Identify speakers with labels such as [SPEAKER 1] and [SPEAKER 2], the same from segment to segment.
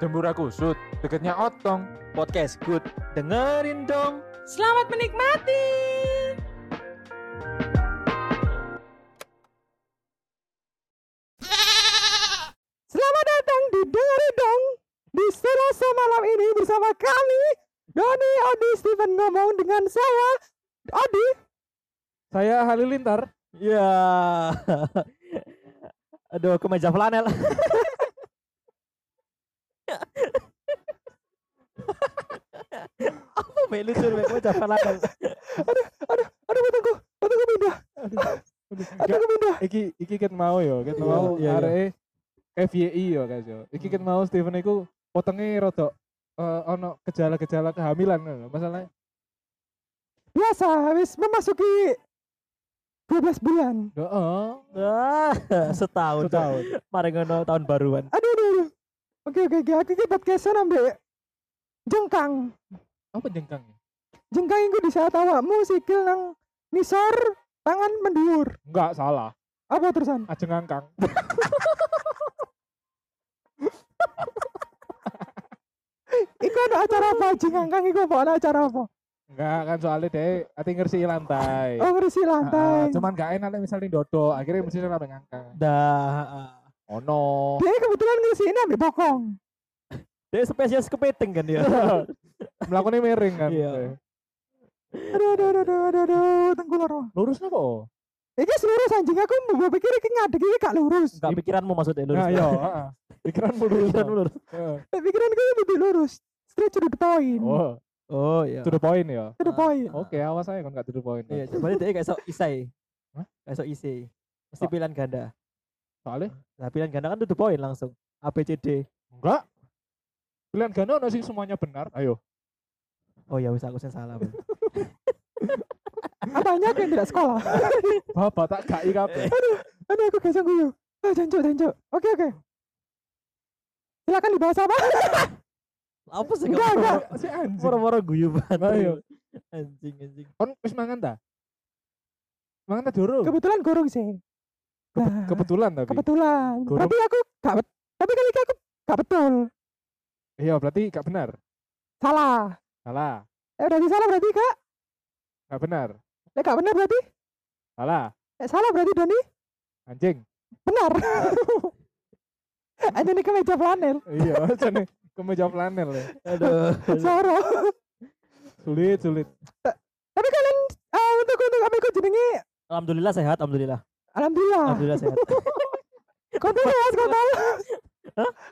[SPEAKER 1] Jembura Kusut, deketnya Otong.
[SPEAKER 2] Podcast Good. Dengerin dong.
[SPEAKER 3] Selamat menikmati.
[SPEAKER 4] Selamat datang di Dengeri Dong Di Selasa malam ini bersama kami Doni, Odi, Steven ngomong dengan saya Odi
[SPEAKER 1] Saya Halilintar.
[SPEAKER 2] Ya. Aduh, kemeja flanel. Apa Mbak lucu Mbak kemeja flanel?
[SPEAKER 4] Aduh batangku, batangku pindah,
[SPEAKER 1] Gak,
[SPEAKER 4] batangku pindah
[SPEAKER 1] iki iki ket mau yo, ket mau
[SPEAKER 2] Iya, Hmm. iya,
[SPEAKER 1] arek FYI yo guys yo. Iki ket mau Steven iku potongnya rodok eh, ono gejala-gejala kehamilan ngono. Masalahnya
[SPEAKER 4] Biasa, habis memasuki 12 bulan
[SPEAKER 1] heeh.
[SPEAKER 2] Ah, setahun. Setahun.
[SPEAKER 1] Setahun.
[SPEAKER 2] Mari ngono tahun baruan.
[SPEAKER 4] Aduh, aduh, aduh Oke, oke, oke, aku ini podcastan ambek Jengkang
[SPEAKER 1] Apa jengkang? ya?
[SPEAKER 4] Jengkang itu di saat awakmu sikil nang nisor tangan mendur
[SPEAKER 1] Enggak salah.
[SPEAKER 4] Apa terusan?
[SPEAKER 1] Ajeng angkang.
[SPEAKER 4] Iku ada acara apa? Jengkang kan iku apa? Ada acara apa?
[SPEAKER 1] Enggak kan soalnya deh, ati ngersi lantai.
[SPEAKER 4] Oh, ngerisi
[SPEAKER 1] Ah, ah,
[SPEAKER 4] lantai
[SPEAKER 1] cuman gak enak nek misalnya dodo, akhirnya mesti sampe ngangkang.
[SPEAKER 2] Dah. ah.
[SPEAKER 1] Ono.
[SPEAKER 4] Dia kebetulan ngerisi ini ambek bokong
[SPEAKER 2] Dia spesies kepiting kan ya.
[SPEAKER 1] Melakukannya miring kan.
[SPEAKER 2] Iya.
[SPEAKER 4] aduh aduh aduh aduh aduh, aduh tengku loro
[SPEAKER 1] Lurus napa?
[SPEAKER 4] ini lurus anjing aku mbok pikir iki ngadeg iki gak lurus
[SPEAKER 2] Enggak pikiranmu maksudnya lurus.
[SPEAKER 1] Nah, iya, heeh. Pikiranmu lurus.
[SPEAKER 2] Pikiranmu lurus.
[SPEAKER 1] Heeh.
[SPEAKER 4] pikiran gue lebih lurus straight to the point
[SPEAKER 1] Oh,
[SPEAKER 2] Oh iya.
[SPEAKER 1] to the point ya.
[SPEAKER 4] to the point
[SPEAKER 1] Oke, awas aja kan gak to the point.
[SPEAKER 2] Iya, coba dia kayak sok isai.
[SPEAKER 1] Hah?
[SPEAKER 2] Kayak sok isai. Mesti pilihan ganda.
[SPEAKER 1] Soalnya
[SPEAKER 2] Nah, pilihan ganda kan tuh poin langsung. A B C D.
[SPEAKER 1] enggak. Pilihan ganda ono sing semuanya benar. Ayo.
[SPEAKER 2] Oh ya wis aku sing salah. Bang.
[SPEAKER 4] apanya aku yang tidak sekolah
[SPEAKER 1] Bapak tak gak kabeh.
[SPEAKER 4] aduh aku gesek guyu ah jancuk jancuk oke oke silakan dibahas apa
[SPEAKER 2] Apa sih
[SPEAKER 4] Enggak,
[SPEAKER 2] kamu?
[SPEAKER 4] enggak.
[SPEAKER 1] Si anjing.
[SPEAKER 2] Moro-moro guyu
[SPEAKER 1] Nah, iya.
[SPEAKER 2] banget. Anjing anjing.
[SPEAKER 1] Kon wis mangan ta? Mangan ta durung?
[SPEAKER 4] kebetulan gorong sih Nah,
[SPEAKER 1] Kebetulan tapi.
[SPEAKER 4] kebetulan
[SPEAKER 1] Gorong.
[SPEAKER 4] tapi aku gak bet- tapi kali ini aku gak betul
[SPEAKER 1] Iya, berarti gak benar.
[SPEAKER 4] salah
[SPEAKER 1] Salah.
[SPEAKER 4] eh berarti salah berarti kak
[SPEAKER 1] Gak benar.
[SPEAKER 4] eh gak benar berarti
[SPEAKER 1] Salah.
[SPEAKER 4] eh salah berarti Doni
[SPEAKER 1] Anjing.
[SPEAKER 4] benar anjing ini kemeja flanel
[SPEAKER 1] Iya, jane kemeja flanel ya.
[SPEAKER 2] Aduh.
[SPEAKER 4] Soro.
[SPEAKER 1] Sulit, sulit.
[SPEAKER 4] Tapi kalian eh untuk untuk apa ikut jenenge?
[SPEAKER 2] Alhamdulillah sehat, alhamdulillah.
[SPEAKER 4] Alhamdulillah.
[SPEAKER 2] Alhamdulillah sehat.
[SPEAKER 4] Kontol sehat kontol.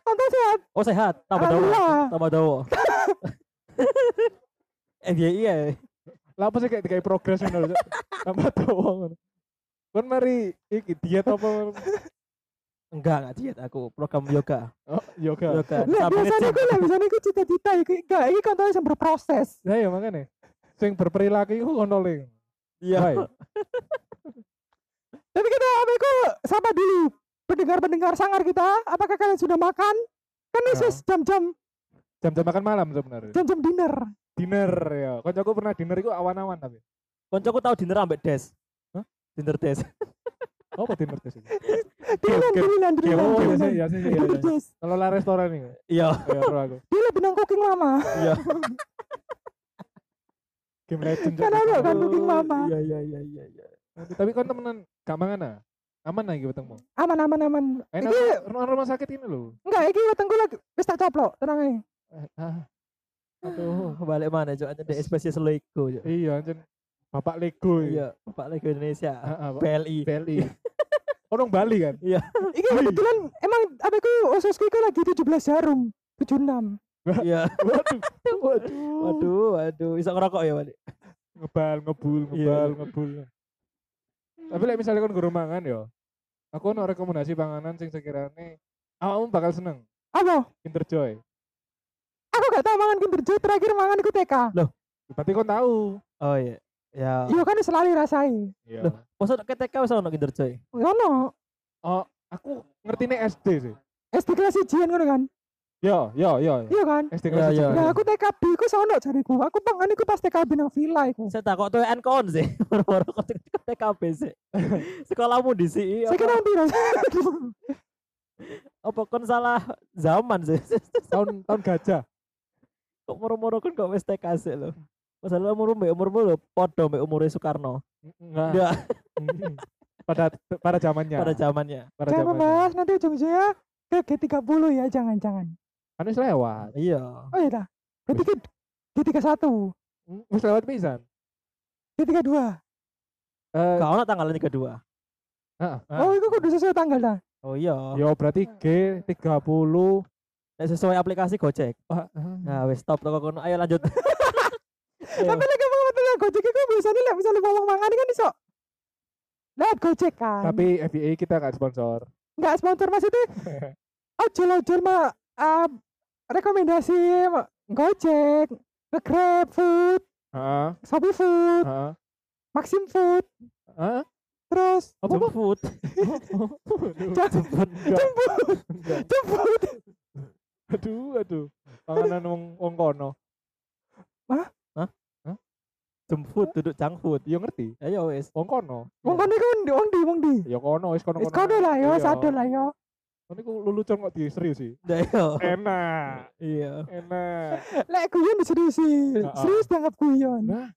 [SPEAKER 4] Kontol sehat.
[SPEAKER 2] Oh sehat, tambah dawa.
[SPEAKER 4] Alhamdulillah.
[SPEAKER 2] Tambah dawa. FYI ya.
[SPEAKER 1] Lah apa sih kayak kayak progres ngono. Tambah tawong. Kon mari iki diet apa?
[SPEAKER 2] Enggak, enggak diet aku. Program yoga.
[SPEAKER 1] Oh, yoga.
[SPEAKER 2] Yoga. Sabunnya
[SPEAKER 4] Lah Nah, biasanya
[SPEAKER 2] jam.
[SPEAKER 4] aku lah biasanya aku cita-cita iki enggak iki kontol yang berproses.
[SPEAKER 1] Lah ya makane. Sing berperilaku iku kono ling.
[SPEAKER 2] Iya.
[SPEAKER 1] Why?
[SPEAKER 4] Tapi kan kita apa iku sapa dulu pendengar-pendengar sangar kita, apakah kalian sudah makan? Kan ini
[SPEAKER 1] Ya.
[SPEAKER 4] sus jam-jam
[SPEAKER 1] Jam-jam makan malam sebenarnya.
[SPEAKER 4] jam-jam dinner.
[SPEAKER 1] Dinner ya. Kancaku pernah dinner iku awan-awan tapi.
[SPEAKER 2] Koncoku tahu dinner ambek des.
[SPEAKER 1] Hah?
[SPEAKER 2] Dinner des.
[SPEAKER 1] Apa dinner di sini?
[SPEAKER 4] Dilan
[SPEAKER 1] Game-
[SPEAKER 4] dilan
[SPEAKER 1] Ya oh,
[SPEAKER 4] dilan.
[SPEAKER 1] ya
[SPEAKER 4] dilan.
[SPEAKER 1] sih, ya sih, ya. ya.
[SPEAKER 4] Yes.
[SPEAKER 1] Kalau lah restoran iku.
[SPEAKER 2] Iya.
[SPEAKER 1] Ya ora aku.
[SPEAKER 4] Dia lebih nang cooking mama.
[SPEAKER 2] Iya.
[SPEAKER 1] Game legend.
[SPEAKER 4] Kan aku kan
[SPEAKER 1] Aduh.
[SPEAKER 4] cooking mama.
[SPEAKER 2] Iya iya iya iya iya.
[SPEAKER 1] Tapi kon temenan gak mangan ah. Aman lagi ketemu.
[SPEAKER 4] Aman aman aman.
[SPEAKER 1] Enak
[SPEAKER 4] Iki
[SPEAKER 1] rumah rumah sakit ini loh.
[SPEAKER 4] enggak iki wetengku lagi wis tak coplok, tenang ae.
[SPEAKER 1] Eh, ah. Aduh.
[SPEAKER 2] Oh, Balik mana Cok? Ada spesies Lego Cok.
[SPEAKER 1] Iya anjen. Bapak Lego. iki.
[SPEAKER 2] Iya, Pak Lego Indonesia.
[SPEAKER 1] Ah, ah, Pak-
[SPEAKER 2] PLI.
[SPEAKER 1] BLI. Orang Bali kan?
[SPEAKER 4] Iki kebetulan emang abeku ususku iku lagi 17 jarum, 76.
[SPEAKER 2] Iya.
[SPEAKER 1] Waduh, waduh.
[SPEAKER 2] Waduh, waduh, bisa ngerokok ya, Pak.
[SPEAKER 1] Ngebal, ngebul,
[SPEAKER 2] Iya,
[SPEAKER 1] ngebal,
[SPEAKER 2] iya.
[SPEAKER 1] ngebul. Tapi like, misalnya kon guru mangan yo. Aku ono rekomendasi panganan sing sekiranya awakmu bakal seneng.
[SPEAKER 4] Apa?
[SPEAKER 1] Kinder Joy.
[SPEAKER 4] Aku gak tau mangan Kinder Joy, terakhir mangan iku TK.
[SPEAKER 1] Berarti kon tahu.
[SPEAKER 2] Oh iya. Ya.
[SPEAKER 4] Iya kan selalu rasai.
[SPEAKER 1] Iya.
[SPEAKER 2] Loh. Masa ke TK bisa ono Kinder Joy?
[SPEAKER 4] Ngono,
[SPEAKER 1] Oh, aku ngerti nih SD sih.
[SPEAKER 4] SD kelas 1 ngono kan.
[SPEAKER 1] Yo, yo, yo.
[SPEAKER 4] Iya kan?
[SPEAKER 1] SD kelas satu.
[SPEAKER 2] Iya,
[SPEAKER 4] Nah, aku TKB iku sono jariku. Aku pangan iku pas TKB nang villa iku.
[SPEAKER 2] Saya takut tuh kon sih. Baru-baru kok TKP sih. Sekolahmu di sini.
[SPEAKER 4] Saya kira piro.
[SPEAKER 2] Apa kon salah zaman sih?
[SPEAKER 1] tahun tahun gajah
[SPEAKER 2] Kok moro-moro kon kok wis TKS lho. Masalah umur mbek umurmu lho padha mbek umure Soekarno.
[SPEAKER 1] enggak
[SPEAKER 2] Ndak
[SPEAKER 1] Mm. pada pada zamannya
[SPEAKER 2] pada zamannya.
[SPEAKER 1] pada
[SPEAKER 4] Jangan membahas nanti ujung-ujungnya ya, ke G30 ya, jangan-jangan.
[SPEAKER 1] kan wis lewat
[SPEAKER 2] Iya.
[SPEAKER 4] Oh iya dah. G3, G31,
[SPEAKER 1] Mm, wis lewat pisan
[SPEAKER 4] G32.
[SPEAKER 1] Eh,
[SPEAKER 2] Gak ono tanggal ini kedua.
[SPEAKER 1] heeh.
[SPEAKER 2] Ah.
[SPEAKER 4] Oh, itu kudu sesuai tanggal dah.
[SPEAKER 2] Oh iya.
[SPEAKER 1] yo berarti G 30
[SPEAKER 2] Nek sesuai aplikasi Gojek.
[SPEAKER 1] Wah, eh.
[SPEAKER 2] Nah, wis stop toko kono. Ayo lanjut. Ayo.
[SPEAKER 4] Tapi lagi ngomong tentang Gojek itu biasanya lah misalnya ngomong mangan kan iso. Lihat Gojek kan.
[SPEAKER 1] tapi FBA kita nggak sponsor
[SPEAKER 4] nggak sponsor maksudnya ojol-ojol mah ah, rekomendasi ma- Gojek, ke Grab Food,
[SPEAKER 1] Heeh,
[SPEAKER 4] Shopee Food,
[SPEAKER 1] heeh.
[SPEAKER 4] Maxim Food,
[SPEAKER 1] Heeh.
[SPEAKER 4] terus
[SPEAKER 2] Oh,
[SPEAKER 1] apa apa
[SPEAKER 2] Jemput.
[SPEAKER 1] Aduh,
[SPEAKER 2] Jemput.
[SPEAKER 1] enggak,
[SPEAKER 4] jemput,
[SPEAKER 1] enggak.
[SPEAKER 4] jemput.
[SPEAKER 1] aduh aduh panganan wong wong kono
[SPEAKER 2] Jemput duduk junk food.
[SPEAKER 1] yo ngerti
[SPEAKER 2] Ayo wis.
[SPEAKER 1] wong kono
[SPEAKER 4] Wong kono iku ndi wong ndi wong ndi?
[SPEAKER 1] yo Ya kono wis kono
[SPEAKER 4] Wis kono lah yo,
[SPEAKER 1] Iya.
[SPEAKER 4] sadol lah yo.
[SPEAKER 1] kono iku lulucon kok diserius sih
[SPEAKER 2] Ndak, Ayo.
[SPEAKER 1] enak
[SPEAKER 2] Iya.
[SPEAKER 1] enak
[SPEAKER 4] Lek guyon diseriusi,
[SPEAKER 1] Heeh.
[SPEAKER 4] serius dianggap guyon.
[SPEAKER 1] nah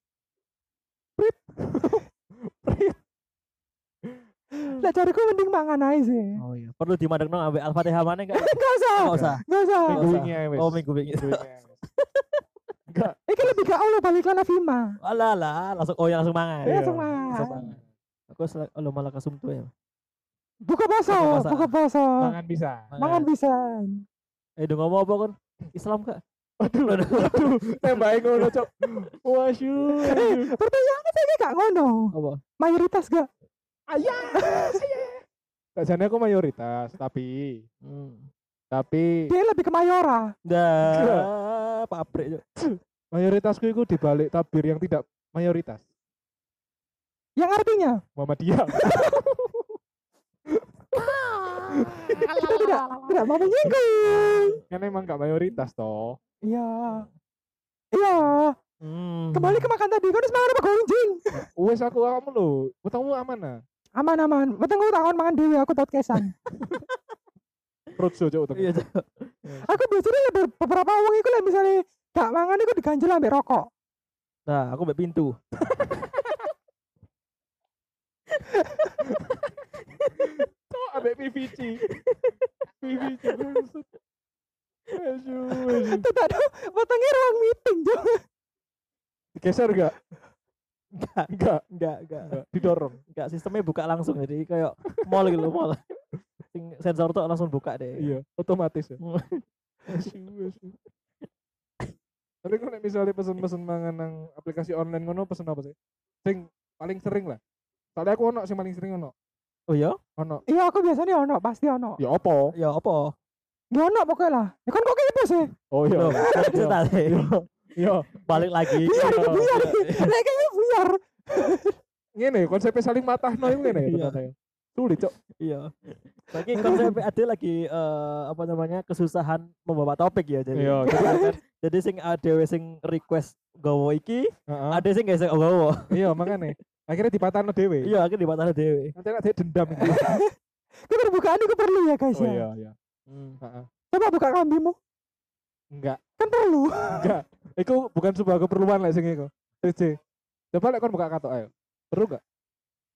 [SPEAKER 4] Lek cariku mending mangan ae sih.
[SPEAKER 2] Oh iya. Perlu dimadengno ambek Al-Fatihah mana enggak?
[SPEAKER 4] Enggak usah,
[SPEAKER 2] Enggak usah.
[SPEAKER 4] enggak usah.
[SPEAKER 1] minggu
[SPEAKER 2] usah.
[SPEAKER 1] wingi ae wis
[SPEAKER 2] Oh, minggu wingi.
[SPEAKER 1] Minggu wingi ae wis. enggak
[SPEAKER 4] Iki lebih ke Allah balik lan Afima.
[SPEAKER 2] Alah lah, langsung oh ya langsung mangan.
[SPEAKER 1] Iya.
[SPEAKER 4] Ya langsung mangan.
[SPEAKER 2] mangan. Aku sel- oh, lo malah kesumtu ya.
[SPEAKER 4] Buka puasa,
[SPEAKER 2] Buka puasa.
[SPEAKER 4] buka puasa.
[SPEAKER 1] mangan bisa
[SPEAKER 4] Mangan bisa.
[SPEAKER 2] Eh, udah ngomong apa kon? Islam kak?
[SPEAKER 1] aduh
[SPEAKER 2] Aduh.
[SPEAKER 1] aduh tembae Iya. ngono cok wasyu
[SPEAKER 4] Eh, pertanyaannya saya gak ngono.
[SPEAKER 2] Apa?
[SPEAKER 4] Mayoritas gak?
[SPEAKER 1] ayah tak jane aku mayoritas tapi
[SPEAKER 2] Hmm.
[SPEAKER 1] tapi
[SPEAKER 4] Dia lebih ke Mayora.
[SPEAKER 2] Dah, pabrik yuk.
[SPEAKER 1] mayoritasku itu dibalik tabir yang tidak mayoritas
[SPEAKER 4] Yang artinya
[SPEAKER 1] Muhammadiyah
[SPEAKER 4] kita tidak tidak mau menyinggung.
[SPEAKER 1] kan emang gak mayoritas toh
[SPEAKER 4] Iya. Iya,
[SPEAKER 2] Hmm.
[SPEAKER 4] kembali ke makan tadi. Kau harus makan apa gonjing?
[SPEAKER 1] wes aku kamu lo utamu amanah
[SPEAKER 4] Aman-aman. Betul aku takon makan dewi ya, aku podcastan.
[SPEAKER 1] perut cok utang
[SPEAKER 2] Iya, Cok.
[SPEAKER 4] aku biasanya ada beberapa uang itu lah misalnya gak mangan itu diganjel ambil rokok.
[SPEAKER 2] nah aku mbak pintu.
[SPEAKER 1] cok Oh, ambek PVC PVC maksud Aduh, aduh.
[SPEAKER 4] Itu tak tahu potongnya ruang meeting juga.
[SPEAKER 1] Digeser gak?
[SPEAKER 2] Enggak,
[SPEAKER 1] Enggak,
[SPEAKER 2] enggak, enggak,
[SPEAKER 1] enggak. Didorong.
[SPEAKER 2] enggak. Sistemnya buka langsung jadi kayak mall gitu loh, mall. Sing Sensor tuh langsung buka deh.
[SPEAKER 1] Iya, otomatis ya.
[SPEAKER 2] Hmm.
[SPEAKER 1] Aduh, aduh. Tapi kalau misalnya pesen-pesen mangan nang aplikasi online ngono pesen apa sih? Sing paling sering lah. Soalnya aku ono sing paling sering ono.
[SPEAKER 2] Oh iya?
[SPEAKER 1] Ono.
[SPEAKER 4] Iya, aku biasanya ono, pasti ono.
[SPEAKER 1] Ya opo?
[SPEAKER 2] Ya apa?
[SPEAKER 4] Ya ono pokoknya lah. Ya kan kok kipu sih?
[SPEAKER 1] Oh
[SPEAKER 2] Loh,
[SPEAKER 1] iya.
[SPEAKER 2] kan cerita sih.
[SPEAKER 1] Iya.
[SPEAKER 2] Balik lagi.
[SPEAKER 4] Buyar,
[SPEAKER 2] Iya.
[SPEAKER 4] itu buyar. Lah kayaknya buyar.
[SPEAKER 1] Ngene konsepnya saling matahno iku ngene ya
[SPEAKER 2] Iya.
[SPEAKER 1] ternyata ya. Sulit, Cok.
[SPEAKER 2] Iya. Lagi konsep ada lagi eh, apa namanya kesusahan membawa topik ya jadi.
[SPEAKER 1] Iya, jadi
[SPEAKER 2] kan, jadi sing ada sing request gowo iki,
[SPEAKER 1] Heeh.
[SPEAKER 2] ada sing gak sing gowo.
[SPEAKER 1] Iya, makane. Akhirnya dipatahno dhewe.
[SPEAKER 2] Iya, aku di mata dhewe.
[SPEAKER 1] Nanti dia dendam. gitu.
[SPEAKER 4] Keterbukaan itu perlu ya guys
[SPEAKER 1] Oh
[SPEAKER 4] ya.
[SPEAKER 1] iya, iya.
[SPEAKER 2] Hmm.
[SPEAKER 1] Heeh.
[SPEAKER 4] Coba buka kambimu.
[SPEAKER 1] Enggak.
[SPEAKER 4] Kan perlu.
[SPEAKER 1] Enggak. Iku bukan sebuah keperluan lah sing iku. CC. Coba lek kon buka katok ayo. Perlu gak?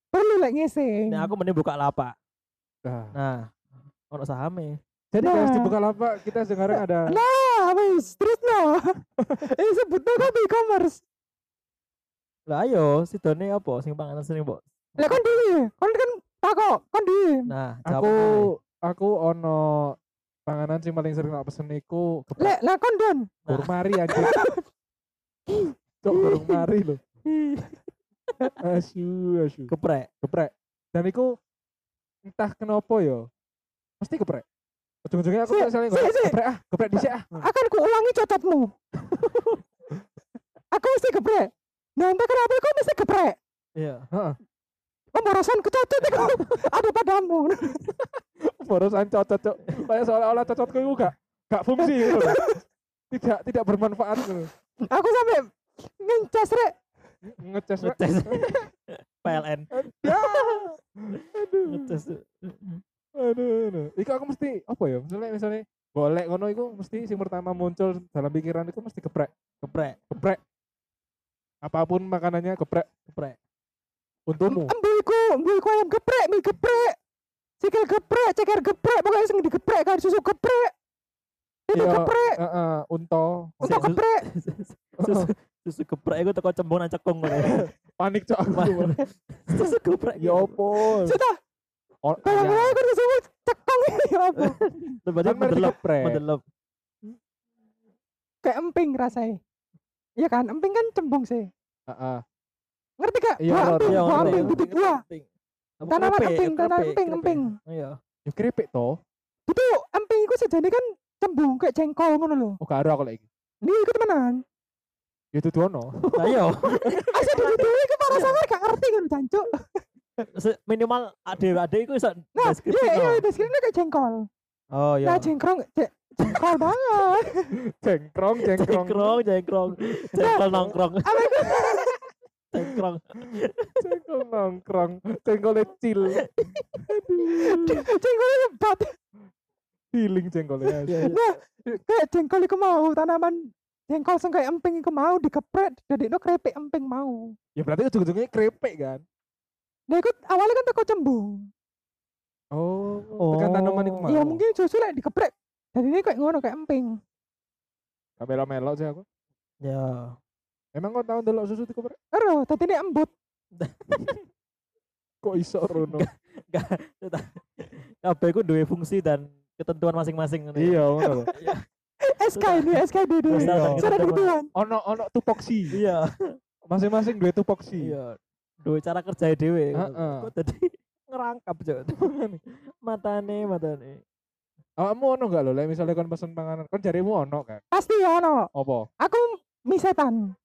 [SPEAKER 4] Perlu lah ngising.
[SPEAKER 1] Hmm.
[SPEAKER 2] Nah, aku mending buka lapak.
[SPEAKER 1] Nah.
[SPEAKER 2] Nah, ono sahame.
[SPEAKER 1] Jadi guys
[SPEAKER 4] Nah.
[SPEAKER 1] di Bukalapak kita sekarang ada
[SPEAKER 4] Nah, wis terus no. Eh sebut no kan e-commerce.
[SPEAKER 2] Lah ayo, sidone apa sing panganan sering, Mbok?
[SPEAKER 4] Lah kon dhewe, kon kan takok, kon dhewe.
[SPEAKER 2] Nah, jawab
[SPEAKER 1] aku
[SPEAKER 2] aku.
[SPEAKER 1] aku ono panganan sing paling sering tak pesen iku geprek
[SPEAKER 4] Lek lah kon don.
[SPEAKER 1] burung mari anjir. Cok burung mari lho. Asu asu.
[SPEAKER 2] Geprek.
[SPEAKER 1] Geprek. Dan iku entah kenapa ya. Mesti geprek. Ujung-ujungnya aku
[SPEAKER 4] Sik,
[SPEAKER 1] misalnya
[SPEAKER 4] sik, sik.
[SPEAKER 1] geprek ah, geprek dhisik ah.
[SPEAKER 4] Akan ku ulangi cocotmu. aku mesti geprek. Nah, entah kenapa aku mesti geprek.
[SPEAKER 2] Iya.
[SPEAKER 1] Heeh.
[SPEAKER 4] Pemborosan kecocot aku ada padamu.
[SPEAKER 1] Borosan cocot cok. Kayak seolah-olah cocotku iku gak gak fungsi gitu loh. Tidak tidak bermanfaat gitu.
[SPEAKER 4] Aku sampai ngeces rek.
[SPEAKER 1] Ngeces Rek.
[SPEAKER 2] Ngetes. PLN.
[SPEAKER 1] Ya.
[SPEAKER 2] Ngetes.
[SPEAKER 1] aduh, aduh. Iku aku mesti apa ya? Misalnya misalnya golek ngono iku mesti sing pertama muncul dalam pikiran itu mesti geprek,
[SPEAKER 2] Keprek,
[SPEAKER 1] geprek. Apapun makanannya geprek
[SPEAKER 2] keprek.
[SPEAKER 1] untukmu.
[SPEAKER 4] Embuiku, embuiku ayam geprek, mie geprek. Sikil geprek, ceker geprek, pokoknya sing digeprek kan susu geprek. Itu
[SPEAKER 1] Iya.
[SPEAKER 4] geprek,
[SPEAKER 1] Heeh, unto.
[SPEAKER 4] untuk
[SPEAKER 1] Oh,
[SPEAKER 4] geprek.
[SPEAKER 2] Susu, susu geprek iku teko cembung nang cekung ngono. ya.
[SPEAKER 1] Panik cok aku.
[SPEAKER 2] Susu geprek.
[SPEAKER 1] Ya opo.
[SPEAKER 4] Sudah,
[SPEAKER 1] Ol-
[SPEAKER 4] kalau
[SPEAKER 1] ya,
[SPEAKER 4] gue aku disebut cekong ini ya apa?
[SPEAKER 2] Tiba-tiba
[SPEAKER 1] kan mari
[SPEAKER 2] mendelep,
[SPEAKER 1] geprek.
[SPEAKER 2] mendelep.
[SPEAKER 4] Kayak emping rasanya. Iya kan, emping kan cembung sih.
[SPEAKER 1] Heeh.
[SPEAKER 4] Ngerti gak?
[SPEAKER 1] Iya,
[SPEAKER 4] Buah
[SPEAKER 1] ngerti,
[SPEAKER 4] emping,
[SPEAKER 1] iya,
[SPEAKER 4] buah
[SPEAKER 1] ngerti,
[SPEAKER 4] emping,
[SPEAKER 1] ngerti.
[SPEAKER 4] bibit buah.
[SPEAKER 2] Apa
[SPEAKER 4] Tanaman
[SPEAKER 2] keripik,
[SPEAKER 4] emping,
[SPEAKER 2] ya,
[SPEAKER 4] tanaman
[SPEAKER 2] keripik,
[SPEAKER 4] emping,
[SPEAKER 2] keripik.
[SPEAKER 4] emping.
[SPEAKER 2] Iya.
[SPEAKER 1] Ya keripik to.
[SPEAKER 4] Itu emping itu sejane kan cembung kayak jengkol ngono lho.
[SPEAKER 1] Oh gak ada aku lagi.
[SPEAKER 4] Ini ikut temenan.
[SPEAKER 1] Ya itu dono.
[SPEAKER 2] Nah, iya.
[SPEAKER 4] Asli
[SPEAKER 1] Iya.
[SPEAKER 4] dulu ke para sangar gak ngerti kan jancuk.
[SPEAKER 2] Se- minimal ade-ade iku iso
[SPEAKER 4] Nah,
[SPEAKER 2] deskripsi.
[SPEAKER 4] iya iya
[SPEAKER 2] no.
[SPEAKER 4] deskripsinya kayak jengkol.
[SPEAKER 2] Oh iya.
[SPEAKER 4] Nah, jengkrong je- jengkol banget.
[SPEAKER 1] Cengkrong, cengkrong.
[SPEAKER 2] Jengkrong, jengkrong. Jengkol nongkrong. Jengkrong.
[SPEAKER 1] Cengkol nongkrong. Cengkolnya cil. Hmm.
[SPEAKER 4] jengkol lebat.
[SPEAKER 1] Healing cengkolnya.
[SPEAKER 2] Iya, iya.
[SPEAKER 4] Nah, kayak jengkol iku mau tanaman jengkol sing kayak emping iku mau dikepret jadi no krepek emping mau.
[SPEAKER 1] Ya berarti ujung-ujungnya keripik kan.
[SPEAKER 4] Nah, ikut awalnya kan teko cembung.
[SPEAKER 1] Oh, tekan tanaman itu
[SPEAKER 2] Oh.
[SPEAKER 1] mau.
[SPEAKER 4] Ya mungkin susu lek dikeprek. Jadi ini kayak ngono kayak emping.
[SPEAKER 1] Kamera melok sih aku.
[SPEAKER 2] Ya.
[SPEAKER 1] Emang kau tahu delok susu tiku Bre?
[SPEAKER 4] Ero, tadi ini embut.
[SPEAKER 1] kok iso Rono?
[SPEAKER 2] Kabeh iku duwe fungsi dan ketentuan masing-masing. ngono. ya.
[SPEAKER 1] iya, ngono. lho.
[SPEAKER 4] SK ini SK dulu.
[SPEAKER 1] Iya.
[SPEAKER 4] Sudah kebetulan.
[SPEAKER 1] Ono ono tupoksi.
[SPEAKER 2] Iya.
[SPEAKER 1] Masing-masing dua tupoksi.
[SPEAKER 2] Iya. Duwe cara kerja dhewe.
[SPEAKER 1] Heeh.
[SPEAKER 2] Kok tadi ngerangkap jok. matane, matane.
[SPEAKER 1] Awakmu ono gak lho, lek misalnya kon pesen panganan, kon jarimu ono kan?
[SPEAKER 4] Pasti ya ono.
[SPEAKER 1] Apa?
[SPEAKER 4] Aku misetan,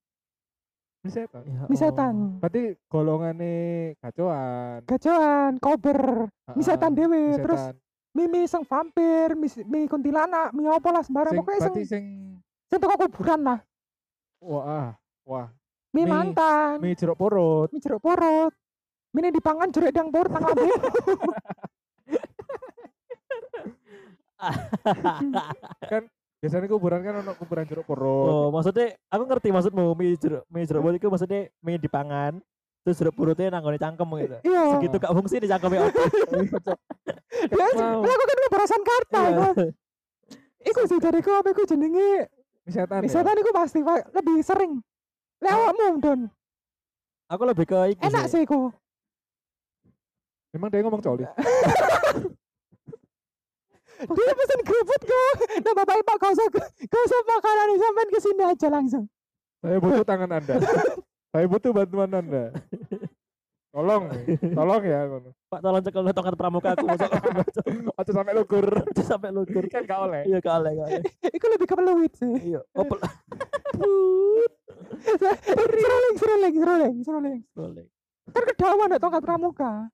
[SPEAKER 1] Bisa kan?
[SPEAKER 2] Ya Allah.
[SPEAKER 4] misetan.
[SPEAKER 1] Berarti golongane kacauan.
[SPEAKER 4] Gajoan, kober,
[SPEAKER 1] Heeh,
[SPEAKER 4] misetan dewe, terus
[SPEAKER 1] misetan.
[SPEAKER 4] mimi sing vampir, mis- mi kuntilanak, mi apa lah sembarang
[SPEAKER 1] sing,
[SPEAKER 4] pokoknya sing
[SPEAKER 1] berarti sing
[SPEAKER 4] sing teko kuburan lah.
[SPEAKER 1] wah ah, wah, Mi-
[SPEAKER 4] Mi, mantan, mi,
[SPEAKER 1] mie jeruk purut.
[SPEAKER 4] jeruk purut. Mi ini dipangan jeruk dang purut tang lambe.
[SPEAKER 1] Biasanya kuburan kan ono kuburan jeruk purut.
[SPEAKER 2] Oh, maksudnya aku ngerti maksudmu mie jeruk mie jeruk purut itu maksudnya mie dipangan terus jeruk purutnya nanggone cangkem gitu.
[SPEAKER 4] Iya.
[SPEAKER 2] Segitu gak fungsi nih cangkeme opo.
[SPEAKER 4] Dia
[SPEAKER 1] Wow.
[SPEAKER 4] melakukan pemberasan karta.
[SPEAKER 2] Iya.
[SPEAKER 4] Bos. Iku sih dari ku apa iku jenenge.
[SPEAKER 1] Misetan. ya?
[SPEAKER 4] Misetan iku pasti Pak, lebih sering. Lewatmu Don.
[SPEAKER 2] Aku lebih ke iki
[SPEAKER 4] Enak sih iku.
[SPEAKER 1] Emang dia ngomong coli.
[SPEAKER 4] Dia pesen keruput kok. Nah bapak ibu kau usah kau usah makanan ini sampean ke sini aja langsung.
[SPEAKER 1] Saya butuh tangan Anda. Saya butuh bantuan Anda. Tolong, tolong ya. ngono.
[SPEAKER 2] Pak tolong cekel tongkat pramuka aku masuk
[SPEAKER 1] Aja sampai lugur.
[SPEAKER 2] sampai lukur.
[SPEAKER 1] Kan gak oleh.
[SPEAKER 2] Iya kale kale.
[SPEAKER 4] Iku lebih ke peluit sih.
[SPEAKER 2] Iya. Opel.
[SPEAKER 4] Seruling, seruling, seruling, seruling.
[SPEAKER 2] Boleh.
[SPEAKER 4] Kan kedawan ada tongkat pramuka.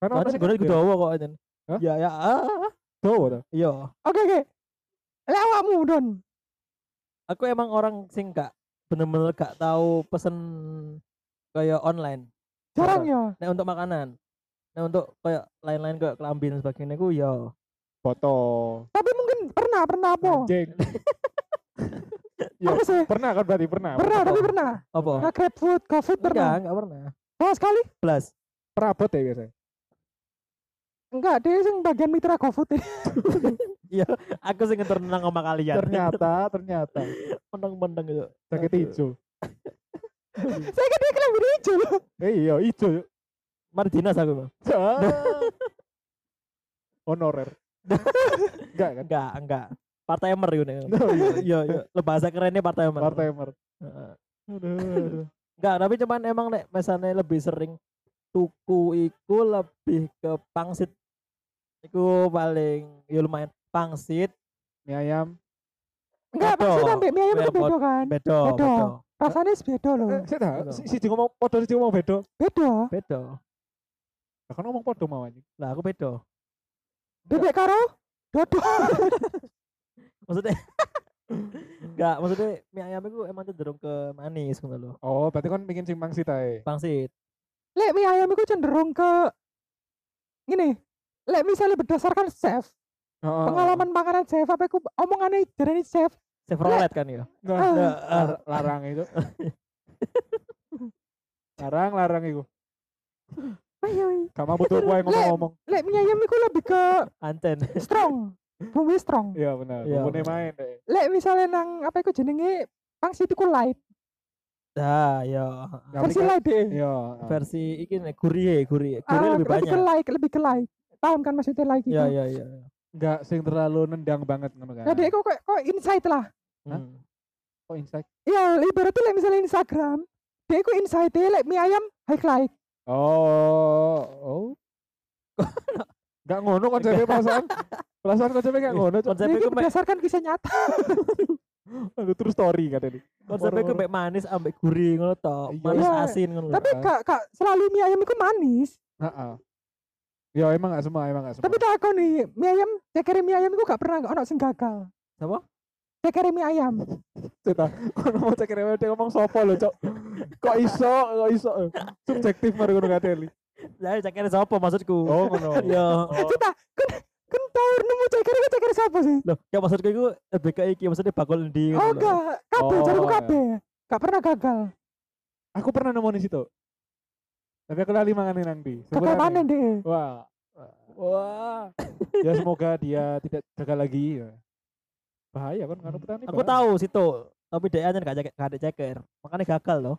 [SPEAKER 1] Kan
[SPEAKER 2] Mana
[SPEAKER 1] sing
[SPEAKER 2] gue
[SPEAKER 1] gede.
[SPEAKER 2] dawa kok anjen.
[SPEAKER 1] Hah?
[SPEAKER 2] Ya ya. ah.
[SPEAKER 1] Dawa ta?
[SPEAKER 2] Iya.
[SPEAKER 4] Oke, oke. Lek awakmu Don.
[SPEAKER 2] Aku emang orang sing gak bener-bener gak tahu pesen kayak online.
[SPEAKER 4] Jarang
[SPEAKER 2] Jarang.
[SPEAKER 4] ya.
[SPEAKER 2] Nah untuk makanan. Nah untuk kayak lain-lain kayak kelambi dan sebagainya ku ya.
[SPEAKER 1] Foto.
[SPEAKER 4] Tapi mungkin pernah, pernah apa?
[SPEAKER 1] Anjing.
[SPEAKER 4] Apa sih?
[SPEAKER 1] Pernah kan berarti pernah.
[SPEAKER 4] Pernah,
[SPEAKER 2] iya. apa?
[SPEAKER 4] tapi pernah.
[SPEAKER 2] Apa?
[SPEAKER 4] Nah, GrabFood, GoFood
[SPEAKER 2] Enggak,
[SPEAKER 4] pernah.
[SPEAKER 2] enggak pernah.
[SPEAKER 4] Oh, sekali?
[SPEAKER 2] Blas.
[SPEAKER 1] Perabot ya biasanya.
[SPEAKER 4] Enggak, dia yang bagian mitra GoFood ini.
[SPEAKER 2] Aku sing ngeter nang sama kalian.
[SPEAKER 1] Ternyata, ternyata.
[SPEAKER 2] Meneng-meneng gitu.
[SPEAKER 1] Sakit
[SPEAKER 2] Aduh.
[SPEAKER 1] hijau.
[SPEAKER 2] Hmm.
[SPEAKER 4] Saya kan dia kelambi hijau loh.
[SPEAKER 1] Eh iya, hijau. yuk.
[SPEAKER 2] Mari dinas aku, Bang.
[SPEAKER 1] Ah. Honorer. Enggak kan?
[SPEAKER 2] Enggak, enggak. Part-timer gitu.
[SPEAKER 1] Oh, iya.
[SPEAKER 2] Iya, iya. Lo bahasa kerennya part-timer.
[SPEAKER 1] Part-timer.
[SPEAKER 2] Heeh.
[SPEAKER 1] Aduh, aduh.
[SPEAKER 2] Enggak, tapi cuman emang nek mesane lebih sering tuku iku lebih ke pangsit. Iku paling ya lumayan pangsit,
[SPEAKER 1] Mie ayam.
[SPEAKER 4] Enggak,
[SPEAKER 2] Betul.
[SPEAKER 4] maksudnya sampai mie ayam itu
[SPEAKER 2] Mie ayam
[SPEAKER 4] beda kan.
[SPEAKER 2] bedo,
[SPEAKER 4] Bedo.
[SPEAKER 2] bedo,
[SPEAKER 4] Rasanya beda loh.
[SPEAKER 1] Eh, Saya tahu.
[SPEAKER 2] Betul.
[SPEAKER 1] Si si ngomong podo, si ngomong bedo.
[SPEAKER 4] Beda.
[SPEAKER 2] bedo.
[SPEAKER 1] Lah, Kan ngomong podo mau anjing.
[SPEAKER 2] Lah aku bedo.
[SPEAKER 4] Bebek karo Dodo.
[SPEAKER 2] Maksudnya enggak, maksudnya mie ayam itu emang cenderung ke manis ngono lho.
[SPEAKER 1] Oh, berarti kan bikin simpang sita ya.
[SPEAKER 2] Pangsit.
[SPEAKER 4] Lek mie ayam itu cenderung ke ini lek misalnya berdasarkan chef,
[SPEAKER 2] Oh.
[SPEAKER 1] Heeh.
[SPEAKER 4] pengalaman makanan chef apa aku omongannya jarane chef.
[SPEAKER 2] Chevrolet kan ya.
[SPEAKER 1] Nah,
[SPEAKER 4] Ah.
[SPEAKER 2] Nah, ah,
[SPEAKER 1] lar- larang itu. larang larang itu.
[SPEAKER 4] Ayo.
[SPEAKER 1] Gak mampu tuh yang ngomong-ngomong.
[SPEAKER 4] Lek mie ayam iku lebih ke
[SPEAKER 2] Ancen.
[SPEAKER 4] strong. Bumbu strong.
[SPEAKER 1] Iya benar.
[SPEAKER 2] Iya,
[SPEAKER 1] Bumbune
[SPEAKER 2] benar.
[SPEAKER 1] main deh.
[SPEAKER 4] Lek misalnya nang apa iku jenenge pangsit iku light,
[SPEAKER 2] Nah, ya.
[SPEAKER 1] Ya,
[SPEAKER 4] versi
[SPEAKER 1] mereka-
[SPEAKER 4] light deh.
[SPEAKER 1] Iya.
[SPEAKER 2] versi iki nih gurih, gurih. Gurih
[SPEAKER 4] Ah,
[SPEAKER 2] lebih
[SPEAKER 4] ke
[SPEAKER 2] banyak.
[SPEAKER 4] light, lebih ke light. Paham kan maksudnya light gitu.
[SPEAKER 2] Ya, ya, ya.
[SPEAKER 1] Enggak sing terlalu nendang banget ngono kan.
[SPEAKER 4] Nah, dek kok kok- kok insight lah.
[SPEAKER 1] Hah?
[SPEAKER 2] Hmm.
[SPEAKER 1] kok insight.
[SPEAKER 4] Ya, ibaratnya like misalnya Instagram, dia ku insight like mie ayam high like.
[SPEAKER 1] Oh, oh. Enggak ngono konsepnya perasaan. Perasaan konsepnya enggak ngono. Cok.
[SPEAKER 2] Konsepnya
[SPEAKER 4] Ini
[SPEAKER 2] ku mek-
[SPEAKER 4] berdasarkan kisah nyata.
[SPEAKER 1] Iya. Aduh, terus story katanya.
[SPEAKER 2] konsepnya ku
[SPEAKER 1] Horor.
[SPEAKER 2] mek manis ambek gurih ngono to.
[SPEAKER 1] Iya.
[SPEAKER 2] Manis
[SPEAKER 4] Iya.
[SPEAKER 2] asin ngono. lho.
[SPEAKER 4] Tapi
[SPEAKER 1] Heeh.
[SPEAKER 4] kak, kak selalu mie ayam itu manis.
[SPEAKER 1] Heeh. Ya emang gak semua, emang gak semua.
[SPEAKER 4] Tapi tak aku nih mie ayam, cekere mie ayam itu gak pernah gak ono sing gagal.
[SPEAKER 2] Apa?
[SPEAKER 4] Cekere mie ayam.
[SPEAKER 1] cerita. Kono mau cek rewel dia ngomong sopo lho, Cok. Kok iso, kok iso. Subjektif mari ngono kateli.
[SPEAKER 2] Lah cekere sapa maksudku?
[SPEAKER 1] Oh, ngono.
[SPEAKER 2] Ya.
[SPEAKER 4] Cita, kan kan tau nemu cekere ku cekere siapa sih?
[SPEAKER 2] Loh, ya maksudku iku lebih ke iki, maksudnya bakul endi
[SPEAKER 4] Oh
[SPEAKER 2] ngono lho.
[SPEAKER 4] gak, kabeh
[SPEAKER 1] Iya, Oh,
[SPEAKER 4] cari
[SPEAKER 1] ya.
[SPEAKER 4] kabeh. Gak pernah gagal.
[SPEAKER 1] Aku pernah nemu di situ. Tapi aku lali mangane nang ndi.
[SPEAKER 4] Gagal
[SPEAKER 1] Sebulan
[SPEAKER 4] panen
[SPEAKER 1] nih.
[SPEAKER 4] deh.
[SPEAKER 1] Wah. Wah. ya semoga dia tidak gagal lagi. ya. Bahaya kan nganu petani.
[SPEAKER 2] Aku
[SPEAKER 1] bahaya.
[SPEAKER 2] tahu situ, tapi dia aja gak ceker, gak ada ceker. Makanya gagal loh.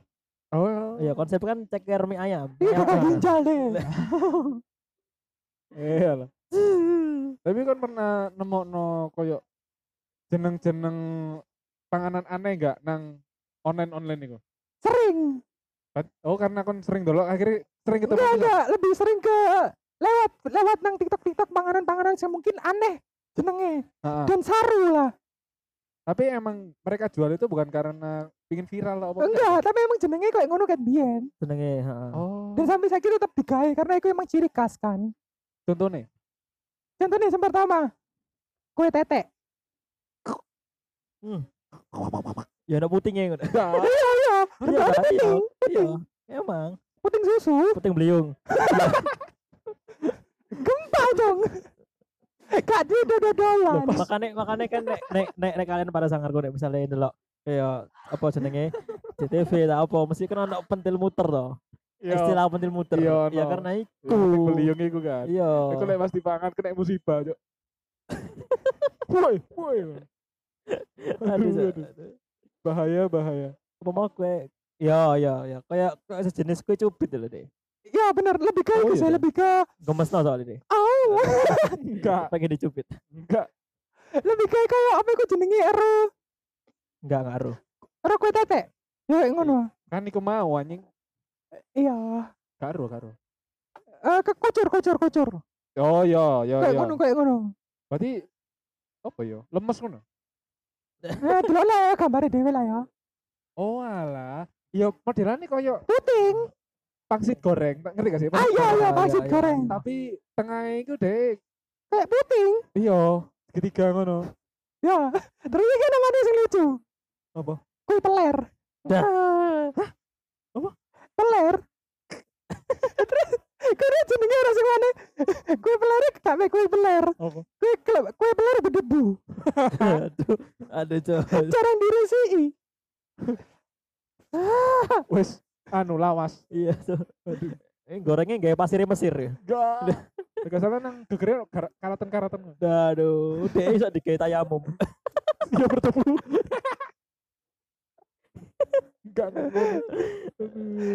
[SPEAKER 1] Oh,
[SPEAKER 2] Iya, konsep kan ceker mie ayam.
[SPEAKER 4] Ini
[SPEAKER 2] Mie
[SPEAKER 4] gagal
[SPEAKER 2] ayam.
[SPEAKER 4] ginjal deh.
[SPEAKER 1] iya lah. Tapi kan pernah nemokno koyo jeneng-jeneng panganan aneh gak nang online-online iku?
[SPEAKER 4] Sering.
[SPEAKER 1] Bat- Oh karena kon sering dolok akhirnya sering ketemu.
[SPEAKER 4] Enggak,
[SPEAKER 1] pisan.
[SPEAKER 4] enggak, lebih sering ke lewat lewat nang TikTok TikTok panganan-panganan yang mungkin aneh jenenge
[SPEAKER 1] Heeh.
[SPEAKER 4] dan saru lah.
[SPEAKER 1] Tapi emang mereka jual itu bukan karena pingin viral lah apa
[SPEAKER 4] Enggak, tapi emang jenenge kayak ngono kan biyen.
[SPEAKER 2] Jenenge, heeh.
[SPEAKER 1] Oh.
[SPEAKER 4] Dan sampai saiki tetap digawe karena itu emang ciri khas kan.
[SPEAKER 1] Contohnya,
[SPEAKER 4] Contohnya yang pertama, kue tetek.
[SPEAKER 2] Ya ada putingnya ngono.
[SPEAKER 4] Iya, iya,
[SPEAKER 2] Iya,
[SPEAKER 4] ada
[SPEAKER 2] kan? Iya,
[SPEAKER 4] puting,
[SPEAKER 2] iya.
[SPEAKER 4] puting,
[SPEAKER 2] Emang
[SPEAKER 4] puting susu,
[SPEAKER 2] puting beliung.
[SPEAKER 4] gempa dong. Gak di dodolan.
[SPEAKER 2] makane makane kan nek nek nek, nek kalian para sangar nek misalnya delok kayak Iya, apa jenenge CTV ta apa mesti kan ono pentil muter to. Istilah pentil muter.
[SPEAKER 1] Iya,
[SPEAKER 2] Ya
[SPEAKER 1] ono.
[SPEAKER 2] karena iku.
[SPEAKER 1] Ya, aku beliung iku kan.
[SPEAKER 2] Iya.
[SPEAKER 1] Iku lek pas dipangan kena musibah, Cok. Woi, woi.
[SPEAKER 2] Aduh,
[SPEAKER 1] Aduh, aduh.
[SPEAKER 2] aduh.
[SPEAKER 1] Bahaya, bahaya.
[SPEAKER 2] Apa mau kue? Ya, ya, ya. Kayak kayak sejenis kue cubit lho deh.
[SPEAKER 4] Iya benar, lebih ke
[SPEAKER 1] Oh,
[SPEAKER 4] itu
[SPEAKER 1] iya,
[SPEAKER 4] sih,
[SPEAKER 1] dah.
[SPEAKER 4] lebih ke
[SPEAKER 2] Gemes no soalnya deh.
[SPEAKER 4] oh,
[SPEAKER 1] Enggak,
[SPEAKER 2] Pengen dicubit.
[SPEAKER 1] enggak.
[SPEAKER 4] lebih ke kayak apa iku jenenge ero
[SPEAKER 2] Enggak ngaruh.
[SPEAKER 4] ero kue tetek. Ya kayak ngono.
[SPEAKER 1] Kan iku mau anjing.
[SPEAKER 4] Iya.
[SPEAKER 1] Karo, karo.
[SPEAKER 4] Eh ke kocor kocor kocor.
[SPEAKER 1] Oh, iya, iya,
[SPEAKER 4] Kayak
[SPEAKER 1] iya.
[SPEAKER 4] ngono kayak ngono.
[SPEAKER 1] Berarti apa ya? Lemes ngono.
[SPEAKER 4] Ya delok lah ya gambare dhewe lah ya.
[SPEAKER 1] Oh, alah. Ya modelane koyo
[SPEAKER 4] Puting.
[SPEAKER 1] pangsit goreng, ngerti gak sih?
[SPEAKER 4] Ah
[SPEAKER 1] Pangsit
[SPEAKER 4] iya
[SPEAKER 1] goreng.
[SPEAKER 4] iya
[SPEAKER 2] iya,
[SPEAKER 4] pangsit
[SPEAKER 2] iya.
[SPEAKER 4] goreng.
[SPEAKER 1] Tapi tengahnya iku deh
[SPEAKER 4] Kayak puting.
[SPEAKER 1] Iya, ketiga ngono.
[SPEAKER 4] Ya. Terus iki namanya sing lucu.
[SPEAKER 1] Apa?
[SPEAKER 4] Kue peler.
[SPEAKER 2] Dah.
[SPEAKER 4] Ah.
[SPEAKER 1] Apa?
[SPEAKER 4] Peler. Terus kue jenenge ora sing mana? Kue peler gak mek kue peler.
[SPEAKER 1] Apa?
[SPEAKER 4] Kue kele- kue peler berdebu.
[SPEAKER 2] aduh, aduh coy.
[SPEAKER 4] Cara diresiki.
[SPEAKER 1] Wes anu lawas.
[SPEAKER 2] Iya tuh. Ini gorengnya gaya pasir Mesir ya.
[SPEAKER 1] Enggak. Enggak salah nang gegere karatan-karatan.
[SPEAKER 2] Aduh, dia iso digaya tayamum.
[SPEAKER 1] Dia Iya, bertemu. Enggak ngono.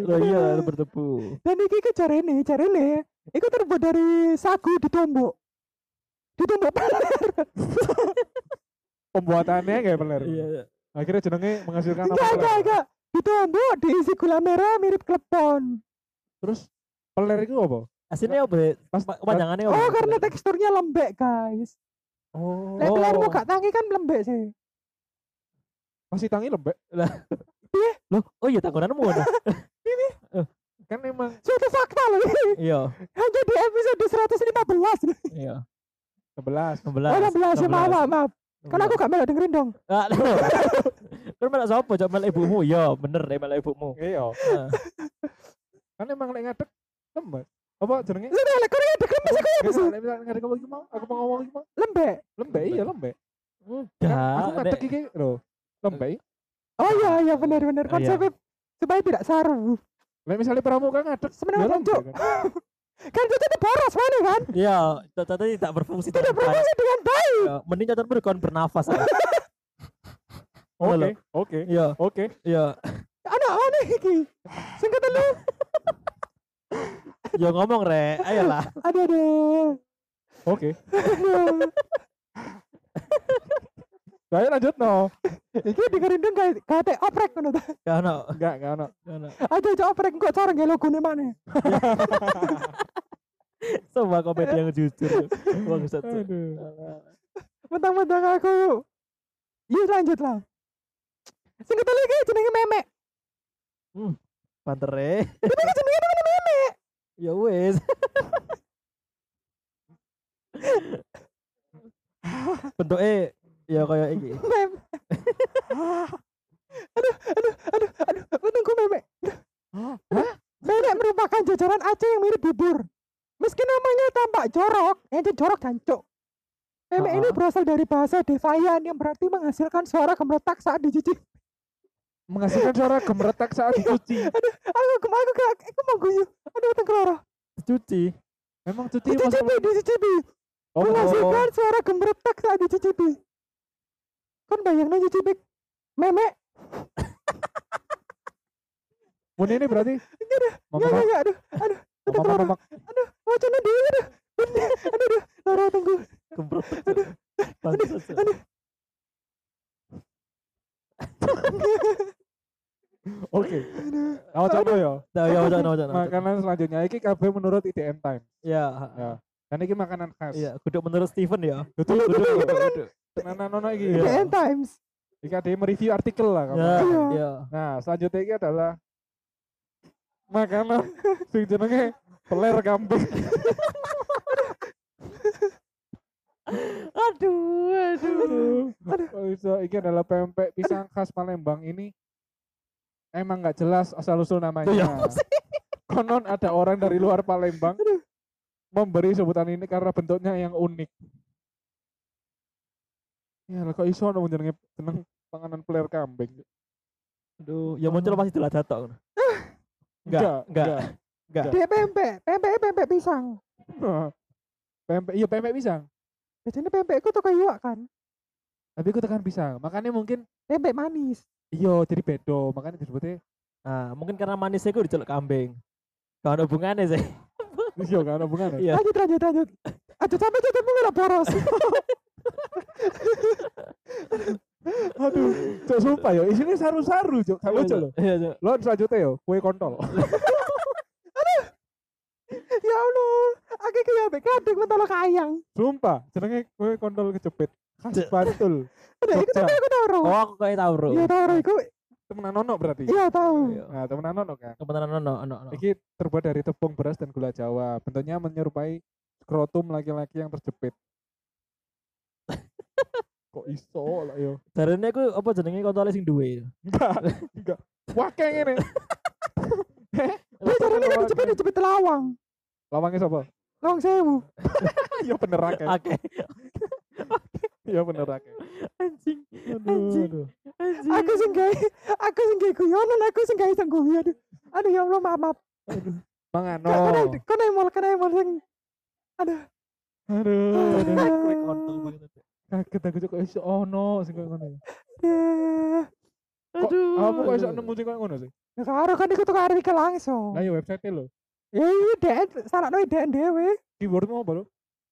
[SPEAKER 2] Loh iya lah berdebu.
[SPEAKER 4] Dan iki ke jarene, jarene iku terbuat dari sagu ditombok. Ditombok peler.
[SPEAKER 1] Pembuatannya kayak bener.
[SPEAKER 2] Iya.
[SPEAKER 1] Akhirnya jenenge menghasilkan apa?
[SPEAKER 4] Enggak,
[SPEAKER 1] peler.
[SPEAKER 4] enggak, enggak. Ditombok diisi gula merah mirip klepon.
[SPEAKER 1] Terus peler itu apa?
[SPEAKER 2] Asinnya apa?
[SPEAKER 1] Pas
[SPEAKER 2] Pa- Kepanjangannya apa?
[SPEAKER 4] Oh, karena teksturnya lembek, guys.
[SPEAKER 1] Oh.
[SPEAKER 4] Lek pelermu
[SPEAKER 2] Oh.
[SPEAKER 4] gak tangi kan lembek sih.
[SPEAKER 1] Masih tangi lembek.
[SPEAKER 2] Loh, oh iya tanggunganmu ada.
[SPEAKER 1] Kan emang
[SPEAKER 4] Suatu fakta loh ini.
[SPEAKER 2] Iya,
[SPEAKER 4] Hanya di episode 115.
[SPEAKER 1] Nah,
[SPEAKER 2] iya.
[SPEAKER 1] 11.
[SPEAKER 2] 16.
[SPEAKER 4] Oh, 16. Ya, maaf, maaf, maaf. Kan aku gak melok dengerin dong.
[SPEAKER 2] Ah, lho. Kan melak sapa? Cok melak ibumu. Iya, Ya, bener deh melak ibumu.
[SPEAKER 1] Iya.
[SPEAKER 2] Heeh.
[SPEAKER 1] Kan emang lek ngadeg lembek. apa jenenge?
[SPEAKER 4] Sudah lek kono ya dekem sik kowe bisa.
[SPEAKER 1] Nek misal ngarep kalau iki mau, aku mau ngomong iki mau.
[SPEAKER 4] Lembek.
[SPEAKER 1] Lembek iya lembek. Kan Aku
[SPEAKER 2] Enggak,
[SPEAKER 1] ngadeg
[SPEAKER 2] Nek.
[SPEAKER 1] iki lho. Lembek.
[SPEAKER 4] Oh iya iya benar benar
[SPEAKER 2] Iya.
[SPEAKER 4] konsepnya supaya tidak saru.
[SPEAKER 1] Lek misalnya pramuka ngadeg
[SPEAKER 4] Sebenarnya
[SPEAKER 1] ya
[SPEAKER 4] kan,
[SPEAKER 1] lembek
[SPEAKER 4] Cuk.
[SPEAKER 1] kan.
[SPEAKER 4] Kan cucu itu boros mana kan?
[SPEAKER 2] Iya, cacat tidak berfungsi.
[SPEAKER 4] Tidak
[SPEAKER 2] dengan
[SPEAKER 4] berfungsi dengan baik.
[SPEAKER 2] baik. Ya, Mending cacat berkon bernafas. aja. Ngono
[SPEAKER 1] Oke,
[SPEAKER 2] lho.
[SPEAKER 1] oke,
[SPEAKER 2] Iya,
[SPEAKER 1] oke.
[SPEAKER 2] iya.
[SPEAKER 4] Anak mana iki? Sing ketelu.
[SPEAKER 2] Ya ngomong rek, ayolah.
[SPEAKER 4] Aduh aduh.
[SPEAKER 1] Oke.
[SPEAKER 4] aduh.
[SPEAKER 1] Saya ya lanjut no.
[SPEAKER 4] Iki dengerin dong kayak kate oprek ngono ta.
[SPEAKER 2] Gak ono,
[SPEAKER 1] Enggak, enggak ono.
[SPEAKER 2] gak ono.
[SPEAKER 4] Aja aja oprek kok cara nggak logone mana?
[SPEAKER 2] Semua komedi yang jujur. Bangsat.
[SPEAKER 1] Aduh.
[SPEAKER 4] Mentang-mentang aku. Iya lanjut lah. Sing ketelu iki jenenge memek.
[SPEAKER 2] Panter rek.
[SPEAKER 4] Iki jenenge namanya memek.
[SPEAKER 2] Ya wes. Bentuknya ya kayak iki.
[SPEAKER 4] Mem. Ah. aduh, aduh, aduh, aduh, untungku memek. Memek merupakan jajaran Aceh yang mirip bubur. Meski namanya tampak jorok, ente jorok jancuk. Memek ini
[SPEAKER 2] Ah.
[SPEAKER 4] berasal dari bahasa Devayan yang berarti menghasilkan suara gemretak saat dicicip.
[SPEAKER 1] Menghasilkan suara gemeretak saat dicuci.
[SPEAKER 4] Aduh, aku aku aku aku, aku mau guyu. Aduh, tengkoro.
[SPEAKER 2] Cuci.
[SPEAKER 1] Emang cuci
[SPEAKER 4] Dicicipi, dicicipi.
[SPEAKER 1] Iya, Oh,
[SPEAKER 4] menghasilkan suara gemretak saat dicicipi. Kan bayangnya cicipi memek.
[SPEAKER 1] mun ini berarti.
[SPEAKER 4] Ya, ya,
[SPEAKER 1] Mama,
[SPEAKER 4] ya, aduh, aduh,
[SPEAKER 1] mama,
[SPEAKER 4] tengkoro.
[SPEAKER 1] mama.
[SPEAKER 4] aduh wacana Oh, dia aduh aduh aduh aduh, Lara tunggu
[SPEAKER 2] Gembrot. Bangsat. Cuk.
[SPEAKER 1] Oke. Awak coba ya.
[SPEAKER 2] Nah, ya wajan wajan.
[SPEAKER 1] Makanan selanjutnya iki kabeh menurut IDM Time.
[SPEAKER 2] Ya.
[SPEAKER 1] Ya. Dan iki makanan khas.
[SPEAKER 2] Iya, kudu menurut Steven ya.
[SPEAKER 1] Betul,
[SPEAKER 2] Duduk,
[SPEAKER 1] betul,
[SPEAKER 2] duduk,
[SPEAKER 1] betul, betul. Tenanan ono nah, iki.
[SPEAKER 2] Iya.
[SPEAKER 4] the end times
[SPEAKER 1] Iki ada yang mereview artikel lah kamu.
[SPEAKER 2] Ya,
[SPEAKER 4] Iya.
[SPEAKER 2] ya.
[SPEAKER 1] Nah, selanjutnya iki adalah makanan sing jenenge peler kambing.
[SPEAKER 2] Aduh, aduh.
[SPEAKER 1] Oh, iso. iki adalah pempek pisang khas Palembang ini emang nggak jelas asal usul namanya.
[SPEAKER 2] Ya, apa sih?
[SPEAKER 1] Konon ada orang dari luar Palembang memberi sebutan ini karena bentuknya yang unik. Ya, lah kok iso ono jenenge jeneng panganan peler kambing.
[SPEAKER 2] Aduh, ya muncul pasti dilacak tok. Enggak, enggak.
[SPEAKER 1] Ya.
[SPEAKER 2] Enggak.
[SPEAKER 4] dia pempek pempek pempek pisang
[SPEAKER 1] enggak. pempek, iya pempek pisang.
[SPEAKER 4] biasanya pempek itu kayak iwak kan
[SPEAKER 1] Tapi aku tekan pisang. Makanya mungkin
[SPEAKER 4] pempek manis
[SPEAKER 1] iya jadi bedo, makanya disebutnya
[SPEAKER 2] Nah, mungkin karena manisnya gue diceluk kambing. Gak ada hubungannya sih.
[SPEAKER 1] iya kan hubungannya.
[SPEAKER 2] Iya.
[SPEAKER 4] lanjut lanjut lanjut aduh sampai jatuh pun udah boros
[SPEAKER 1] Aduh, cok sumpah yo, isinya saru-saru cok, gak lucu loh.
[SPEAKER 2] Iya, Cuk.
[SPEAKER 1] Lo selanjutnya yo, kue kontol.
[SPEAKER 4] ya allah aku kayak ambek kadek mentolo kayang
[SPEAKER 1] Sumpah, jenenge kue kontol kejepit. Khas
[SPEAKER 2] Cek.
[SPEAKER 1] Bantul.
[SPEAKER 4] udah itu
[SPEAKER 1] Jogja.
[SPEAKER 4] tapi aku tahu Ro.
[SPEAKER 2] Oh, aku kayak tahu, Bro.
[SPEAKER 4] iya tahu Ro, aku
[SPEAKER 1] Temenan nono berarti.
[SPEAKER 4] iya tahu
[SPEAKER 2] Iya.
[SPEAKER 1] Nah, temenan nono kan.
[SPEAKER 2] Kebenaran ono ono. ono.
[SPEAKER 1] Iki terbuat dari tepung beras dan gula jawa. Bentuknya menyerupai skrotum laki-laki yang terjepit. Kok iso lah yo.
[SPEAKER 2] Jarene aku apa jenenge kontole sing duwe.
[SPEAKER 1] Enggak, enggak. Wah, kayak ngene. Eh,
[SPEAKER 4] dia caranya kan cepet cepet telawang
[SPEAKER 1] Lawangnya sapa?
[SPEAKER 4] lawang sewu
[SPEAKER 1] Ya bener akeh.
[SPEAKER 2] Oke.
[SPEAKER 1] Ya bener akeh.
[SPEAKER 2] Anjing.
[SPEAKER 1] Aduh, aduh.
[SPEAKER 2] Anjing.
[SPEAKER 4] aku sing gawe aku sing gawe guyonan aku sing gawe sangguwi aduh aduh ya allah maaf maaf
[SPEAKER 1] Mangano.
[SPEAKER 4] Kau kau emol kau emol sing
[SPEAKER 2] Ah.
[SPEAKER 1] Aduh, aduh.
[SPEAKER 2] Aku kontol banget.
[SPEAKER 1] kaget aku cok, kok iso ono sing koyo ngono.
[SPEAKER 4] ya
[SPEAKER 2] Aduh.
[SPEAKER 1] Kamu kok iso nemu sing koyo ngono sih?
[SPEAKER 4] Ya karo kan iku tukaran iki langsung.
[SPEAKER 1] Lah ya website lho.
[SPEAKER 4] Ya iya dek, salahno dek dhewe.
[SPEAKER 1] Keywordmu apa lho?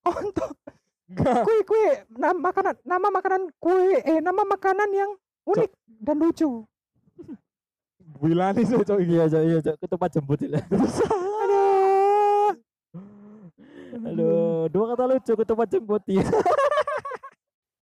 [SPEAKER 4] Oh, Untuk
[SPEAKER 1] Enggak.
[SPEAKER 4] kue kue nama makanan nama makanan kue eh nama makanan yang unik dan lucu.
[SPEAKER 1] Wilani sih cok iki.
[SPEAKER 2] Iya, Cuk, iya, Cuk. Ketupat jembut ya.
[SPEAKER 4] Aduh.
[SPEAKER 2] Halo, dua kata lucu ketupat jembut ya.